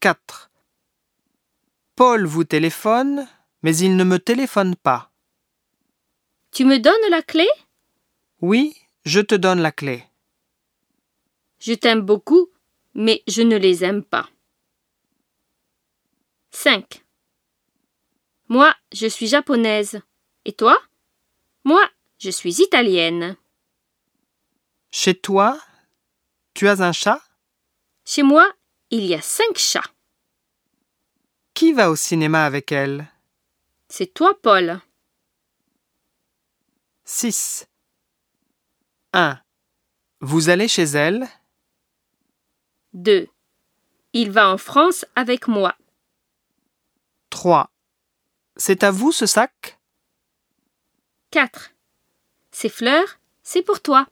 4. Paul vous téléphone, mais il ne me téléphone pas. Tu me donnes la clé Oui, je te donne la clé. Je t'aime beaucoup, mais je ne les aime pas. 5. Moi, je suis japonaise. Et toi Moi, je suis italienne. Chez toi, tu as un chat Chez moi, il y a cinq chats. Qui va au cinéma avec elle C'est toi, Paul. 6. 1. Vous allez chez elle 2. Il va en France avec moi. 3. C'est à vous ce sac 4. Ces fleurs, c'est pour toi.